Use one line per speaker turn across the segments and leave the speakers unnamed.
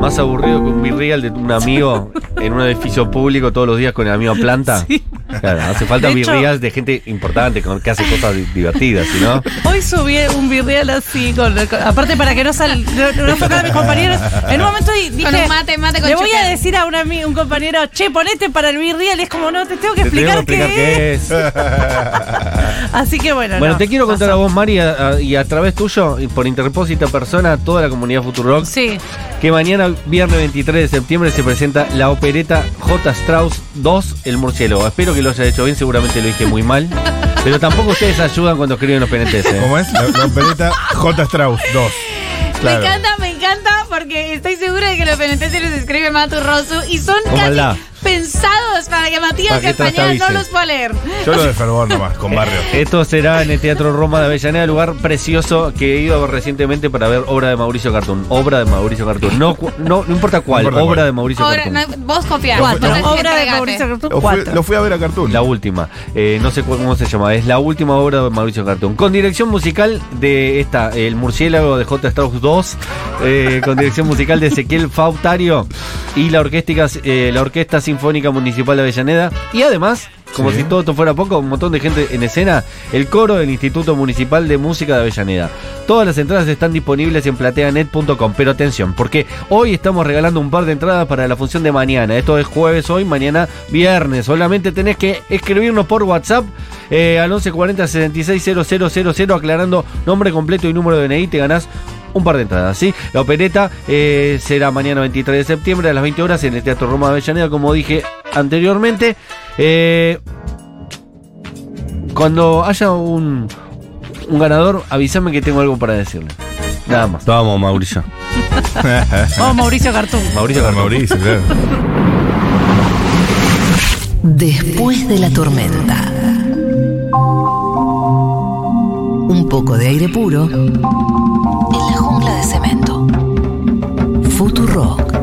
Más aburrido que un birrial de un amigo en un edificio público todos los días con la misma planta.
Sí.
Claro, hace falta
De hecho-
birrials de gente importante con, que hace cosas di- divertidas, ¿sí, ¿no?
Hoy subí un virreal así, con, con- aparte para que no sal, no, no tocara a mis compañeros. En un momento di- dije,
Con un mate, mate con
le voy a
chocolate.
decir a un, ami- un compañero, che, ponete para el virreal. Es como, no, te tengo que
Te tengo
explicar,
que explicar
qué,
qué es.
es. Así que bueno.
Bueno,
no,
te quiero contar a
pasó.
vos, Mari, a- a- y a través tuyo, y por interpósita persona, a toda la comunidad Futurock,
Sí,
que mañana, viernes 23 de septiembre, se presenta la opereta J. Strauss 2, El Murciélago. Espero que lo haya hecho bien, seguramente lo dije muy mal. Pero tampoco ustedes ayudan cuando escriben los PNTs. ¿eh?
¿Cómo es? La, la opereta J. Strauss 2. Claro.
Me encanta, me encanta, porque estoy segura de que los penitentes los escribe Matu Rosu y son
Con
casi
maldad.
pensados para que Matías
Para que
Castañeda no
trastabice.
los pueda leer.
Yo lo de fervor nomás, con barrio.
Esto será en el Teatro Roma de Avellaneda, lugar precioso que he ido recientemente para ver obra de Mauricio Cartún. Obra de Mauricio Cartún. No, cu- no, no importa cuál,
No importa
obra
cuál.
de Mauricio
Ahora,
Cartún.
no, vos confiás.
cuatro.
entonces
Obra de
entregate.
Mauricio Cartún,
Lo fui,
cuatro.
lo fui a ver a Cartoon.
La última, Eh, no sé cu- cómo se llama, es la última obra de Mauricio Cartón. Con dirección musical de esta, El Murciélago de J. Strauss 2, eh, con dirección musical de Ezequiel Fautario y la, orquéstica, eh, la Orquesta Sinfónica Municipal de Avellaneda. Y además, como
Sí.
si todo esto fuera poco, un montón de gente en escena, el coro del Instituto Municipal de Música de Avellaneda. Todas las entradas están disponibles en plateanet.com, pero atención, porque hoy estamos regalando un par de entradas para la función de mañana. Esto es jueves hoy, mañana viernes. Solamente tenés que escribirnos por WhatsApp eh, al 1140 660000 aclarando nombre completo y número de DNI, te ganás un par de entradas, ¿sí? La opereta eh, será mañana 23 de septiembre a las 20 horas en el Teatro Roma de Avellaneda, como dije anteriormente. Eh, cuando haya un, un ganador, avísame que tengo algo para decirle. Nada más.
Vamos, Mauricio.
vamos Mauricio Cartún.
Mauricio Cartón.
Ah, Mauricio, claro.
Después de la tormenta. Un poco de aire puro en la jungla de cemento. Futurock.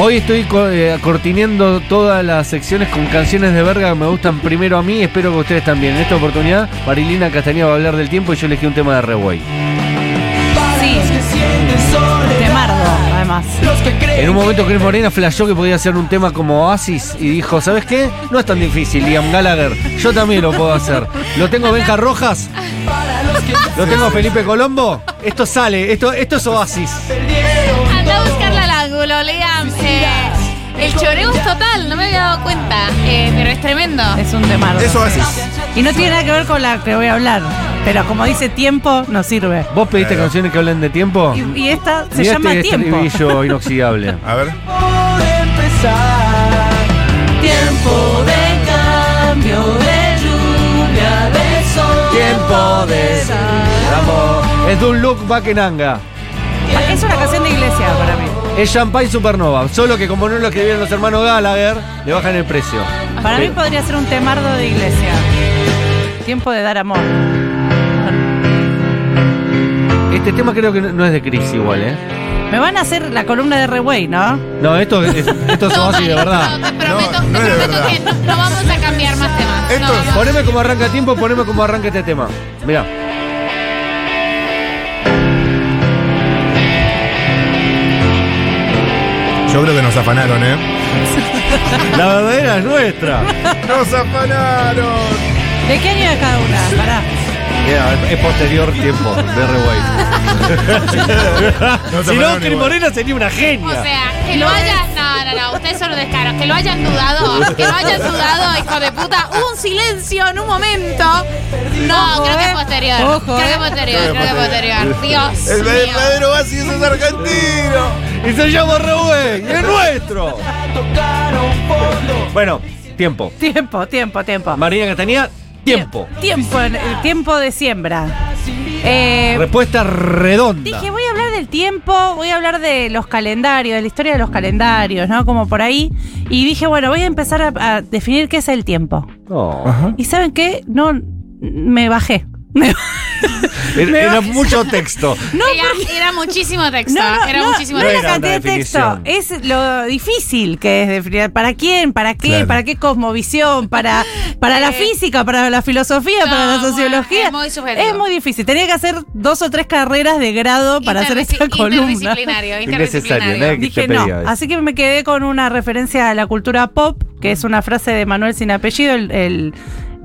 Hoy estoy co- eh, cortineando todas las secciones con canciones de verga que me gustan primero a mí, espero que ustedes también. En esta oportunidad, Marilina Castañeda va a hablar del tiempo y yo elegí un tema de Reway.
Sí. De Mardo, además.
En un momento Chris Morena flashó que podía hacer un tema como Oasis y dijo, ¿sabes qué? No es tan difícil, Liam Gallagher. Yo también lo puedo hacer. ¿Lo tengo Benja Rojas? ¿Lo tengo a Felipe Colombo? Esto sale, esto, esto es Oasis.
Anda a buscarla al ángulo, Liam. Eh, el choreo es total, no me había dado cuenta, eh, pero es tremendo.
Es un de Mardo.
Eso haces.
Y no tiene nada que ver con la que voy a hablar. Pero como dice tiempo, no sirve.
¿Vos pediste canciones que hablen de tiempo?
Y, y esta se
Mirá
llama
este
tiempo.
estribillo inoxidable.
A ver.
Tiempo de cambio, de lluvia, de sol.
Tiempo de amor. Es de un look Buckingham.
Es una canción de iglesia para mí.
Es Champagne Supernova. Solo que como no lo escribieron los hermanos Gallagher, le bajan el precio.
Para mí
Pero-
podría ser un temardo de iglesia. Tiempo de dar amor.
Este tema creo que no- no es de Chris igual, ¿eh?
Me van a hacer la columna de Reway, ¿no?
No, esto es, esto es
No,
Oasis de
Mari,
verdad.
no, te prometo,
No, no
te
es de
prometo
verdad.
que no, no vamos a cambiar más temas.
Esto
No,
es-
no.
Poneme como arranca tiempo, poneme como arranca este tema. Mira,
Yo creo que nos afanaron, ¿eh?
la verdadera es nuestra.
¡Nos afanaron!
¿De qué año es cada una? Pará.
Mira, es- es posterior tiempo de Reway.
No se
si no,
pararon
Cris
igual.
Morena sería una genia.
O sea, que lo hayan. No, no, no, ustedes son los descaros. Que lo hayan dudado. Que lo hayan dudado, hijo de puta. Hubo un silencio en un momento. No,
Ojo,
creo que
eh.
es posterior.
Ojo,
creo que
eh.
es posterior, creo que es posterior. Dios.
El
mío.
verdadero Oasis es argentino.
Y se llama Reway, y es nuestro. Bueno, tiempo.
Tiempo, tiempo, tiempo.
Marina Castañeda, tiempo.
Tiempo, en- el tiempo de siembra. Eh,
Respuesta redonda.
Dije, voy a hablar del tiempo, voy a hablar de los calendarios, de la historia de los calendarios, ¿no? Como por ahí. Y dije, bueno, voy a empezar a, a definir qué es el tiempo.
No.
¿Y saben qué? No, me bajé. Me,
Era,
Me
era
va-
mucho texto.
No,
era, era muchísimo texto.
No, no,
era
no,
muchísimo
no es
era
la
tanta
cantidad de texto,
definición.
es lo difícil que es definir. ¿Para quién? ¿Para qué?
Claro.
¿Para qué cosmovisión? ¿Para, para la
Eh,
física? ¿Para la filosofía?
no,
¿Para la
bueno,
sociología?
es muy subjetivo.
Es muy difícil. Tenía que hacer dos o tres carreras de grado para hacer
Interdisci-
esta columna.
Interdisciplinario,
Innecesario, ¿no?
interdisciplinario.
que te
Dije no.
pedía eso.
Así que me quedé con una referencia a la cultura pop, que es una frase de Manuel sin apellido, el, el-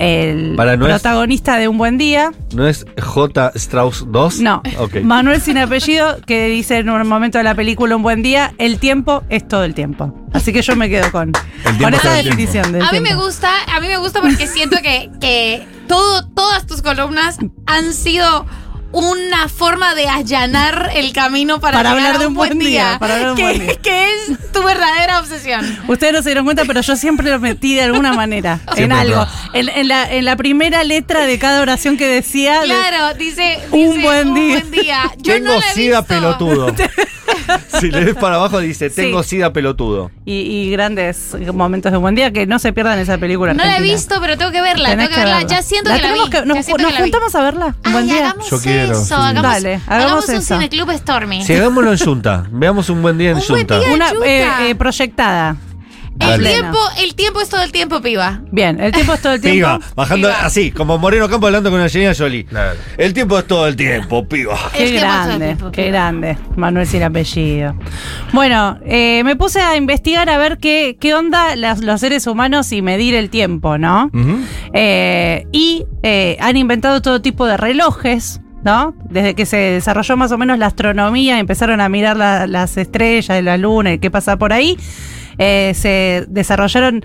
el
Para no es-
protagonista de Un Buen Día.
¿No es J. Strauss 2?
No.
Ok.
Manuel sin apellido, que dice en un momento de la película Un Buen Día, el tiempo es todo el tiempo. Así que yo me quedo con,
tiempo
con
es
esa
todo el tiempo.
definición. del
A mí me
tiempo.
gusta, a mí me gusta porque siento que, que todo, todas tus columnas han sido una forma de allanar el camino para,
Para
llegar
hablar
a
de un buen día, para hablar de un
que,
buen día.
que es tu verdadera obsesión.
Ustedes no se dieron cuenta, pero yo siempre lo metí de alguna manera, en
Siempre,
algo.
¿no?
En, en la, en la primera letra de cada oración que decía. de-
Claro, dice,
Un
dice,
buen día".
día. Yo
tengo
no la he
sida
visto.
pelotudo. si le des para abajo dice,
Sí.
tengo sida pelotudo.
y, y grandes momentos de un buen día que no se pierdan esa película.
No la he
argentina.
visto, pero tengo que verla,
Tenés
tengo que verla. Ya siento que la
tenemos
vi.
que-
ya
nos
siento
nos
que la vi.
juntamos a verla. Un
Ay,
buen día.
hagamos
Yo quiero,
eso,
sí.
hagamos,
Dale, hagamos
hagamos un
eso.
cineclub Stormy.
Si hagámoslo en Junta, veamos un buen día en
Un buen
Junta.
día.
Una
Ayuda.
eh, eh, proyectada.
El
Dale.
tiempo, el tiempo es todo el tiempo, piba.
Bien, el tiempo es todo el tiempo.
Piba, bajando
Piba.
así, como Moreno Campo hablando con Angelina Jolie.
Claro.
El tiempo es todo el tiempo, piba.
Qué
El tiempo es todo el
grande,
tiempo,
qué
piba.
grande. Manuel sin apellido. Bueno, eh, me puse a investigar a ver qué, qué onda las- los seres humanos y medir el tiempo, ¿no?
Ujú.
Eh, y eh, han inventado todo tipo de relojes, ¿no? Desde que se desarrolló más o menos la astronomía, empezaron a mirar la- las estrellas, la luna y qué pasa por ahí. Eh, se desarrollaron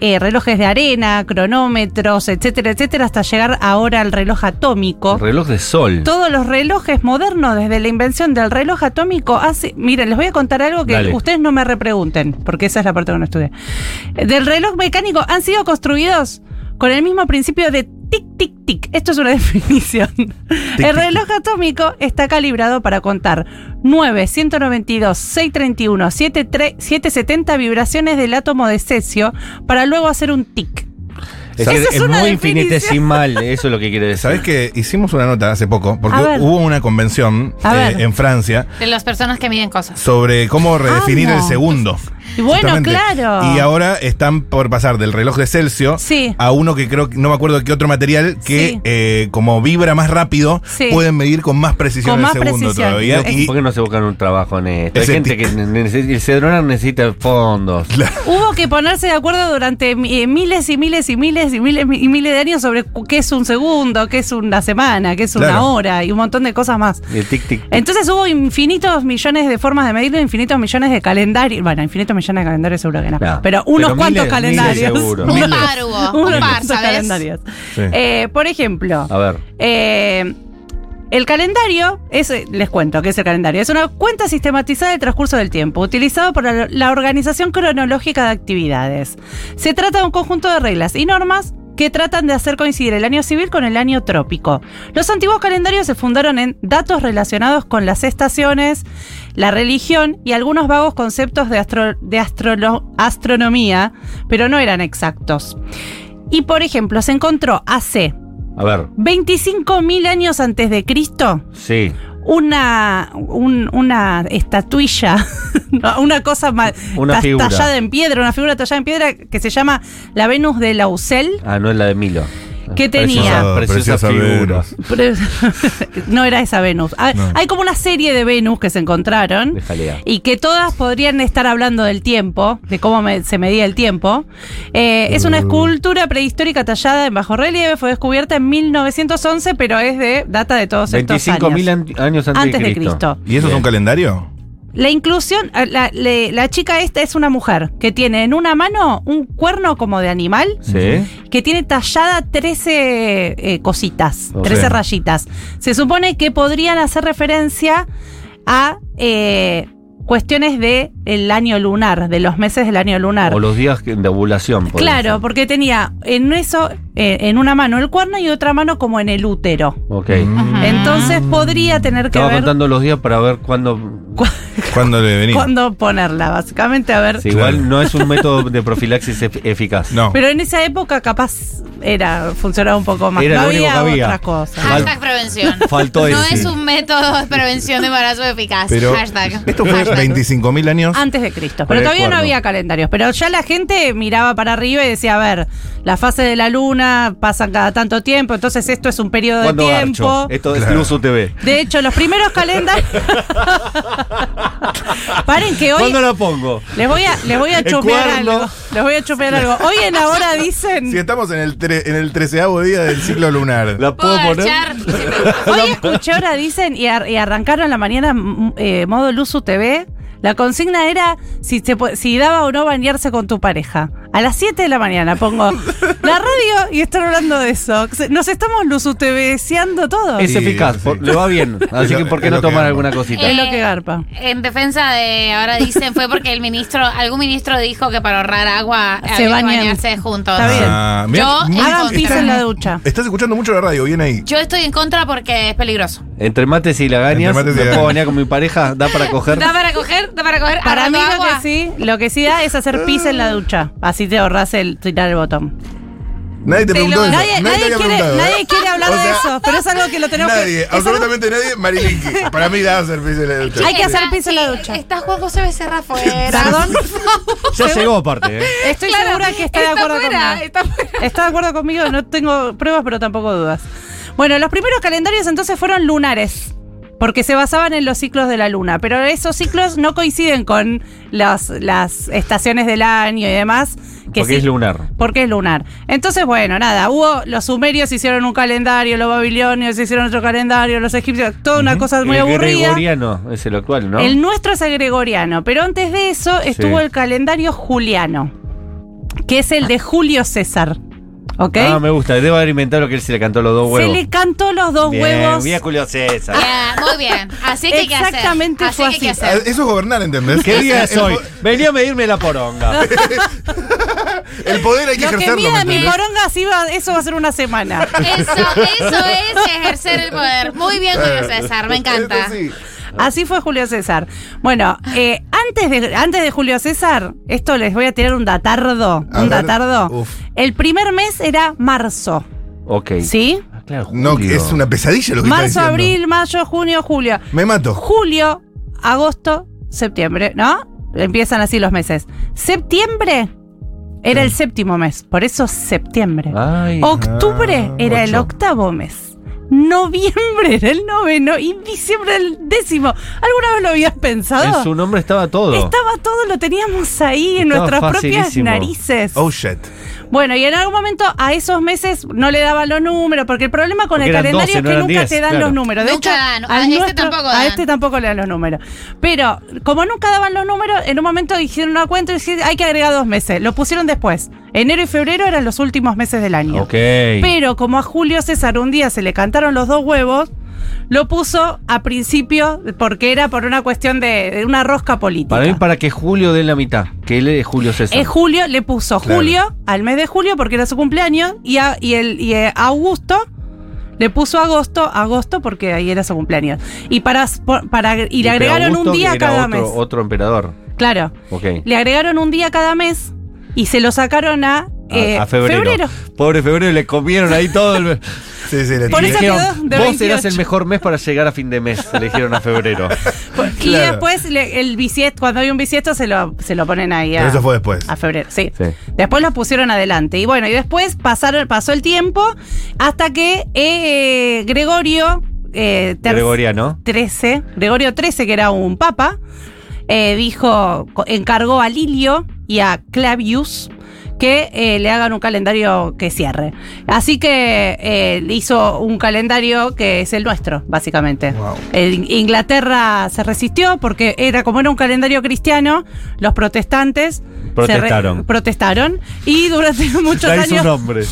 eh, relojes de arena, cronómetros, etcétera, etcétera, hasta llegar ahora al reloj atómico.
Reloj de sol.
Todos los relojes modernos, desde la invención del reloj atómico, hace. Miren, les voy a contar algo que
Dale.
ustedes no me repregunten, porque esa es la parte que no estudié. Del reloj mecánico han sido construidos con el mismo principio de tic, tic, tic. Esto es una definición. el reloj atómico está calibrado para contar 9, 192, 631, 73, 770 vibraciones del átomo de cesio para luego hacer un tic.
Es,
Esa
decir,
es
es
una
muy
definición.
infinitesimal, eso es lo que quiere decir.
¿Sabés que hicimos una nota hace poco? Porque
A ver.
hubo una convención
A
eh,
ver.
en Francia
De las personas que miden cosas.
sobre cómo redefinir
Amo.
el segundo.
Y bueno,
Justamente.
claro.
Y ahora están por pasar del reloj de Celsius
Sí.
a uno que creo que no me acuerdo qué otro material que
Sí.
eh, como vibra más rápido
Sí.
pueden medir con más precisión
Con
el
más
segundo
precisión.
todavía.
No,
Y
¿Por qué no se buscan un trabajo en esto? Hay
Ese
gente
tic.
que necesita, el Cedronar necesita fondos.
Hubo que ponerse de acuerdo durante eh, miles y miles y miles y miles y miles de años sobre cu- qué es un segundo, qué es una semana, qué es una
Claro.
hora y un montón de cosas más.
El tic tic.
Entonces hubo infinitos millones de formas de medirlo, infinitos millones de calendarios. Bueno, infinitos millones de calendarios seguro que no.
No,
pero unos
pero
cuantos
miles,
calendarios.
miles seguro.
Un
Miles.
par hubo,
Unos
un par,
cuantos
¿sabes?
calendarios.
Sí.
Eh, por ejemplo,
A ver.
eh, el calendario, es, eh, les cuento que es el calendario, es una cuenta sistematizada del transcurso del tiempo, utilizado por la la organización cronológica de actividades. Se trata de un conjunto de reglas y normas que tratan de hacer coincidir el año civil con el año trópico. Los antiguos calendarios se fundaron en datos relacionados con las estaciones, la religión y algunos vagos conceptos de, astro- de astrolo- astronomía, pero no eran exactos. Y por ejemplo, se encontró hace
A ver.
25.000 años antes de Cristo,
Sí.
una, un- una estatuilla, no, una cosa ma-
Una
ta-
figura.
tallada en piedra, una figura tallada en piedra que se llama la Venus de Lausel.
Ah, no es la de Milo.
¿Qué
Preciosa-
tenía?
Preciosa,
Preciosa
figura.
Venus.
Pero- no era esa Venus. Ah,
No.
Hay como una serie de Venus que se encontraron
De jalea.
y que todas podrían estar hablando del tiempo, de cómo me- se medía el tiempo. Eh, es
Uh.
una escultura prehistórica tallada en bajo relieve, fue descubierta en 1911, pero es de data de todos estos años.
25.000 an- años antes,
Antes de Cristo.
¿Y eso es un calendario?
La inclusión, eh, la, le- la chica esta es una mujer que tiene en una mano un cuerno como de animal,
Sí.
que tiene tallada 13 eh, cositas,
O
13
sea.
rayitas. Se supone que podrían hacer referencia a eh, cuestiones del el año lunar, de los meses del año lunar.
O los días que- de ovulación. por
Claro, porque tenía en eso, eh, en una mano el cuerno y otra mano como en el útero.
ejemplo. Ok.
Mm.
Ajá.
Entonces podría tener que
Estaba
ver.
contando los días para ver cuándo.
Cu-
¿Cuándo le venimos?
cuándo ponerla, básicamente, a ver.
Sí,
Claro.
Igual no es un método de profilaxis ef- eficaz.
No.
Pero en esa época capaz era, funcionaba un poco más.
Era
no
lo único
había,
que había.
otra cosa.
Fal-
Hashtag prevención.
faltó
No
ese.
es un método de prevención de embarazo eficaz.
Pero
Hashtag.
esto fue
Hashtag.
25.000 años.
Ah, Antes de Cristo.
Por
Pero
el
todavía
cuerno.
no había calendarios. Pero ya la gente miraba para arriba y decía, a ver, la fase de la luna pasan cada tanto tiempo, entonces esto es un periodo de
¿Cuándo
tiempo.
garcho? Esto es
Claro.
Luz UTV.
De hecho, los primeros calendarios. Paren que hoy.
¿Cuándo la pongo?
Les voy a, les voy a
El
chupear
cuerno.
algo. Les voy a chupear algo. Hoy en ahora dicen.
Si estamos en el, tre- en el treceavo día del ciclo lunar.
¿La puedo
¿Puedo
poner?
garchar?
Hoy escuché ahora dicen y, ar- y arrancaron la mañana mm, eh, modo Luzu TV. La consigna era si, se po- si daba o no bañarse con tu pareja. A las 7 de la mañana pongo la radio y están hablando de eso. Se- Nos estamos Luzu TVseando todo.
Es
Sí,
eficaz,
sí.
por- le va bien. Así
lo-
que ¿por qué
es
no
lo que
tomar
amo.
alguna cosita?
Eh, Es lo que garpa.
En defensa de ahora dicen fue porque el ministro, algún ministro dijo que para ahorrar agua
Se
había que
bañan.
bañarse juntos.
Está bien.
Ah, mirá,
Yo-
muy-
Hagan
encontré-
pis en la ducha.
Estás escuchando mucho la radio, bien ahí.
Yo estoy en contra porque es peligroso.
Entre mates y
Entre
lagañas,
mates
¿me
y
puedo
lagañas.
bañar con mi pareja? ¿Da para coger?
Da para coger, da para coger.
Para mí
agarrando
lo que
agua.
sí, lo que sí da es hacer pis en la ducha. Así te ahorras el tirar el botón.
Nadie te
Te
preguntó
lo-
eso.
Nadie,
te
nadie
había
quiere,
preguntado, ¿eh?
nadie quiere hablar
O
de
sea,
eso, pero es algo que lo tenemos que.
Nadie,
es algo-
absolutamente nadie. Marilyn, que para mí da servicio en la ducha.
Hay que hacer
Está-
pis en la ducha.
Está Juan José Becerra fuera.
Perdón.
Ya llegó aparte, ¿eh?
Estoy
Claro,
segura que está, de acuerdo
fuera,
conmigo.
Está fuera.
Está de acuerdo conmigo, no tengo pruebas, pero tampoco dudas. Bueno, los primeros calendarios entonces fueron lunares, porque se basaban en los ciclos de la luna, pero esos ciclos no coinciden con las, las estaciones del año y demás. Que
Porque
sí-
es lunar.
Porque es lunar. Entonces, bueno, nada, hubo, los sumerios hicieron un calendario, los babilonios hicieron otro calendario, los egipcios, toda una cosa muy
el
aburrida.
gregoriano es el actual, ¿no?
El nuestro es el gregoriano, pero antes de eso estuvo el calendario juliano, que es el de Julio César. ¿Ok?
Ah, me gusta. Debo haber inventado que él se le cantó los dos
Se
huevos.
le cantó los dos
Bien,
huevos.
bien, Julio César.
Bien, muy bien. Así que hay que hacer.
Exactamente
así.
fue
que hay que
así.
Ah,
hacer.
Eso es gobernar, ¿entendés?
¿Qué día
El-
es hoy? Venía a medirme la poronga.
El poder hay que
Lo que
ejercerlo, ¿me
mida mi
entendés?
poronga, sí va- eso va a ser una semana.
Eso, eso es ejercer el poder. Muy bien, Julio César, me encanta.
Eh, Eso sí.
Así fue Julio César. Bueno, eh, antes, de, antes de Julio César, esto les voy a tirar un datardo.
A
un
ver, Oh.
datardo.
uf.
El primer mes era marzo,
ok.
¿sí?
Ah, claro,
No,
Julio.
es una pesadilla lo que está
Marzo,
diciendo.
abril, mayo, junio, julio.
Me mato.
julio, agosto, septiembre, ¿no? Empiezan así los meses. Septiembre era el séptimo mes, por eso septiembre.
Ay.
Octubre
ah,
era el
ocho.
octavo mes. Noviembre era el noveno y diciembre el décimo. ¿Alguna vez lo habías
En
pensado?
su nombre estaba todo.
Estaba todo, lo teníamos ahí en
Estaba
nuestras propias
facilísimo.
narices.
Oh shit.
Bueno, y en algún momento a esos meses no le daban los números, porque el problema con
Porque
el
eran
calendario
12,
es
no
que
eran
nunca
10,
te dan
claro.
los números. De
Nunca
hecho,
dan,
al
a este
nuestro-
tampoco
a
dan.
este tampoco le dan los números. Pero como nunca daban los números, en un momento dijeron una cuenta y dijeron, hay que agregar dos meses. Lo pusieron después. Enero y febrero eran los últimos meses del año.
Ok.
Pero como a Julio César un día se le cantaron los dos huevos, lo puso a principio porque era por una cuestión de, de una rosca política.
Para mí, para que Julio dé la mitad. Que él es Julio César.
Es julio, le puso
Claro.
julio al mes de julio porque era su cumpleaños y a, y el, y eh, Augusto le puso agosto, agosto porque ahí era su cumpleaños. Y para, para y le
pero
agregaron
Augusto,
un día
que era
cada
otro,
mes.
Otro emperador.
Claro,
Ok.
le agregaron un día cada mes y se lo sacaron a,
A,
eh,
a febrero. Pobre febrero, le comieron ahí todo el.
Sí, sí, le
Por
Y
tiré.
eso
dijeron,
quedó de
vos serás
28".
el mejor mes para llegar a fin de mes. Le dijeron a febrero.
Y
Claro.
después le- el bisiesto, cuando hay un bisiesto se lo, se lo ponen ahí a,
Pero eso fue después.
a febrero. Sí.
Sí.
Después los pusieron adelante. Y bueno, y después pasaron, pasó el tiempo hasta que eh, Gregorio eh, ter-
Gregoriano.
13, Gregorio XIII, que era un papa, eh, dijo, co- encargó a Lilio y a Clavius que eh, le hagan un calendario que cierre. Así que eh, le hizo un calendario que es el nuestro, básicamente.
Wow.
El- Inglaterra se resistió porque era como era un calendario cristiano, los protestantes se re-
Protestaron.
protestaron y durante muchos
Ya hizo un
años
nombre.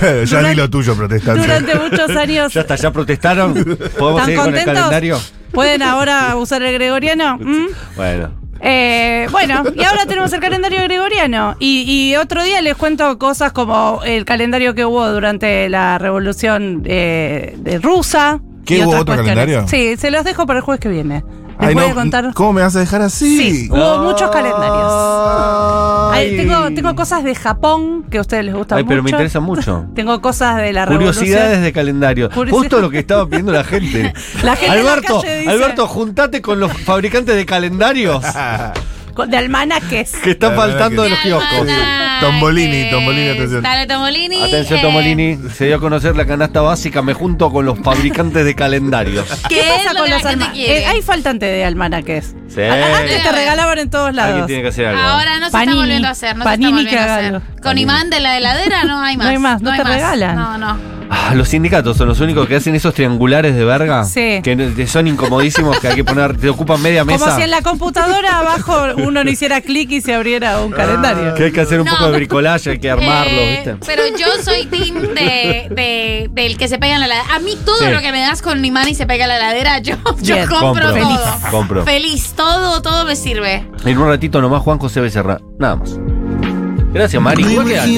Claro, ya
Durante-
di lo tuyo, protestante.
durante muchos años
Ya está, ya protestaron. ¿Podemos
¿Están
seguir con el
contentos?
calendario?
¿Pueden ahora usar el gregoriano? ¿Mm?
Bueno.
Eh, bueno, y ahora tenemos el calendario gregoriano. Y, y otro día les cuento cosas como el calendario que hubo durante la revolución eh, de rusa.
¿Qué
y
hubo
otras
otro
cuestiones.
calendario?
Sí, se los dejo para el jueves que viene. Les
Ay,
voy
no,
a contar.
¿Cómo me vas a dejar
Sí,
así?
hubo muchos calendarios. Ay,
Ay.
tengo, tengo cosas de Japón que a ustedes les gustan
Ay, pero me
mucho.
interesa mucho.
Tengo cosas de la
Curiosidades
revolución.
de calendario.
Curiosidades.
Justo lo que estaba pidiendo la gente.
La gente en la
Alberto,
calle dice-
Alberto, juntate con los fabricantes de calendarios
Con- De almanaques.
que están
La verdad
faltando
que-
en los kioscos.
Almanaques.
Tombolini, Tombolini, atención.
Dale, Tombolini.
Atención,
eh,
Tomolini. Se dio a conocer la canasta básica. Me junto con los fabricantes de calendarios.
¿Qué, es
pasa
lo
con
que
los
la gente
almanaques?
quiere?
hay faltante de almanaques.
Sí.
A- Antes te
Claro.
regalaban en todos
Eh. Alguien
lados.
tiene que hacer algo.
Ahora no se
Panini.
está volviendo a hacer, no
Panini
se está volviendo
que
a hacer.
hágalo.
Con imán de la heladera no hay más.
No hay más, no te regalan.
No, no.
Ah, los sindicatos son los únicos que hacen esos triangulares de verga.
Sí.
Que no- que son incomodísimos, que hay que poner. Te ocupan media mesa.
Como si en la computadora abajo uno no hiciera clic y se abriera un calendario.
Que hay que hacer un
No.
poco de bricolaje, hay que armarlo,
Eh,
¿viste?
Pero yo soy team de, de- del que se pega en la heladera. A mí todo
Sí.
lo que me das con imán y se pega en la heladera, yo, yo
Bien.
compro,
Compro.
todo.
Feliz. Compro.
Feliz, todo, todo me sirve.
En un ratito nomás Juan José Becerra. Nada más. Gracias, Mari. Igual que antes.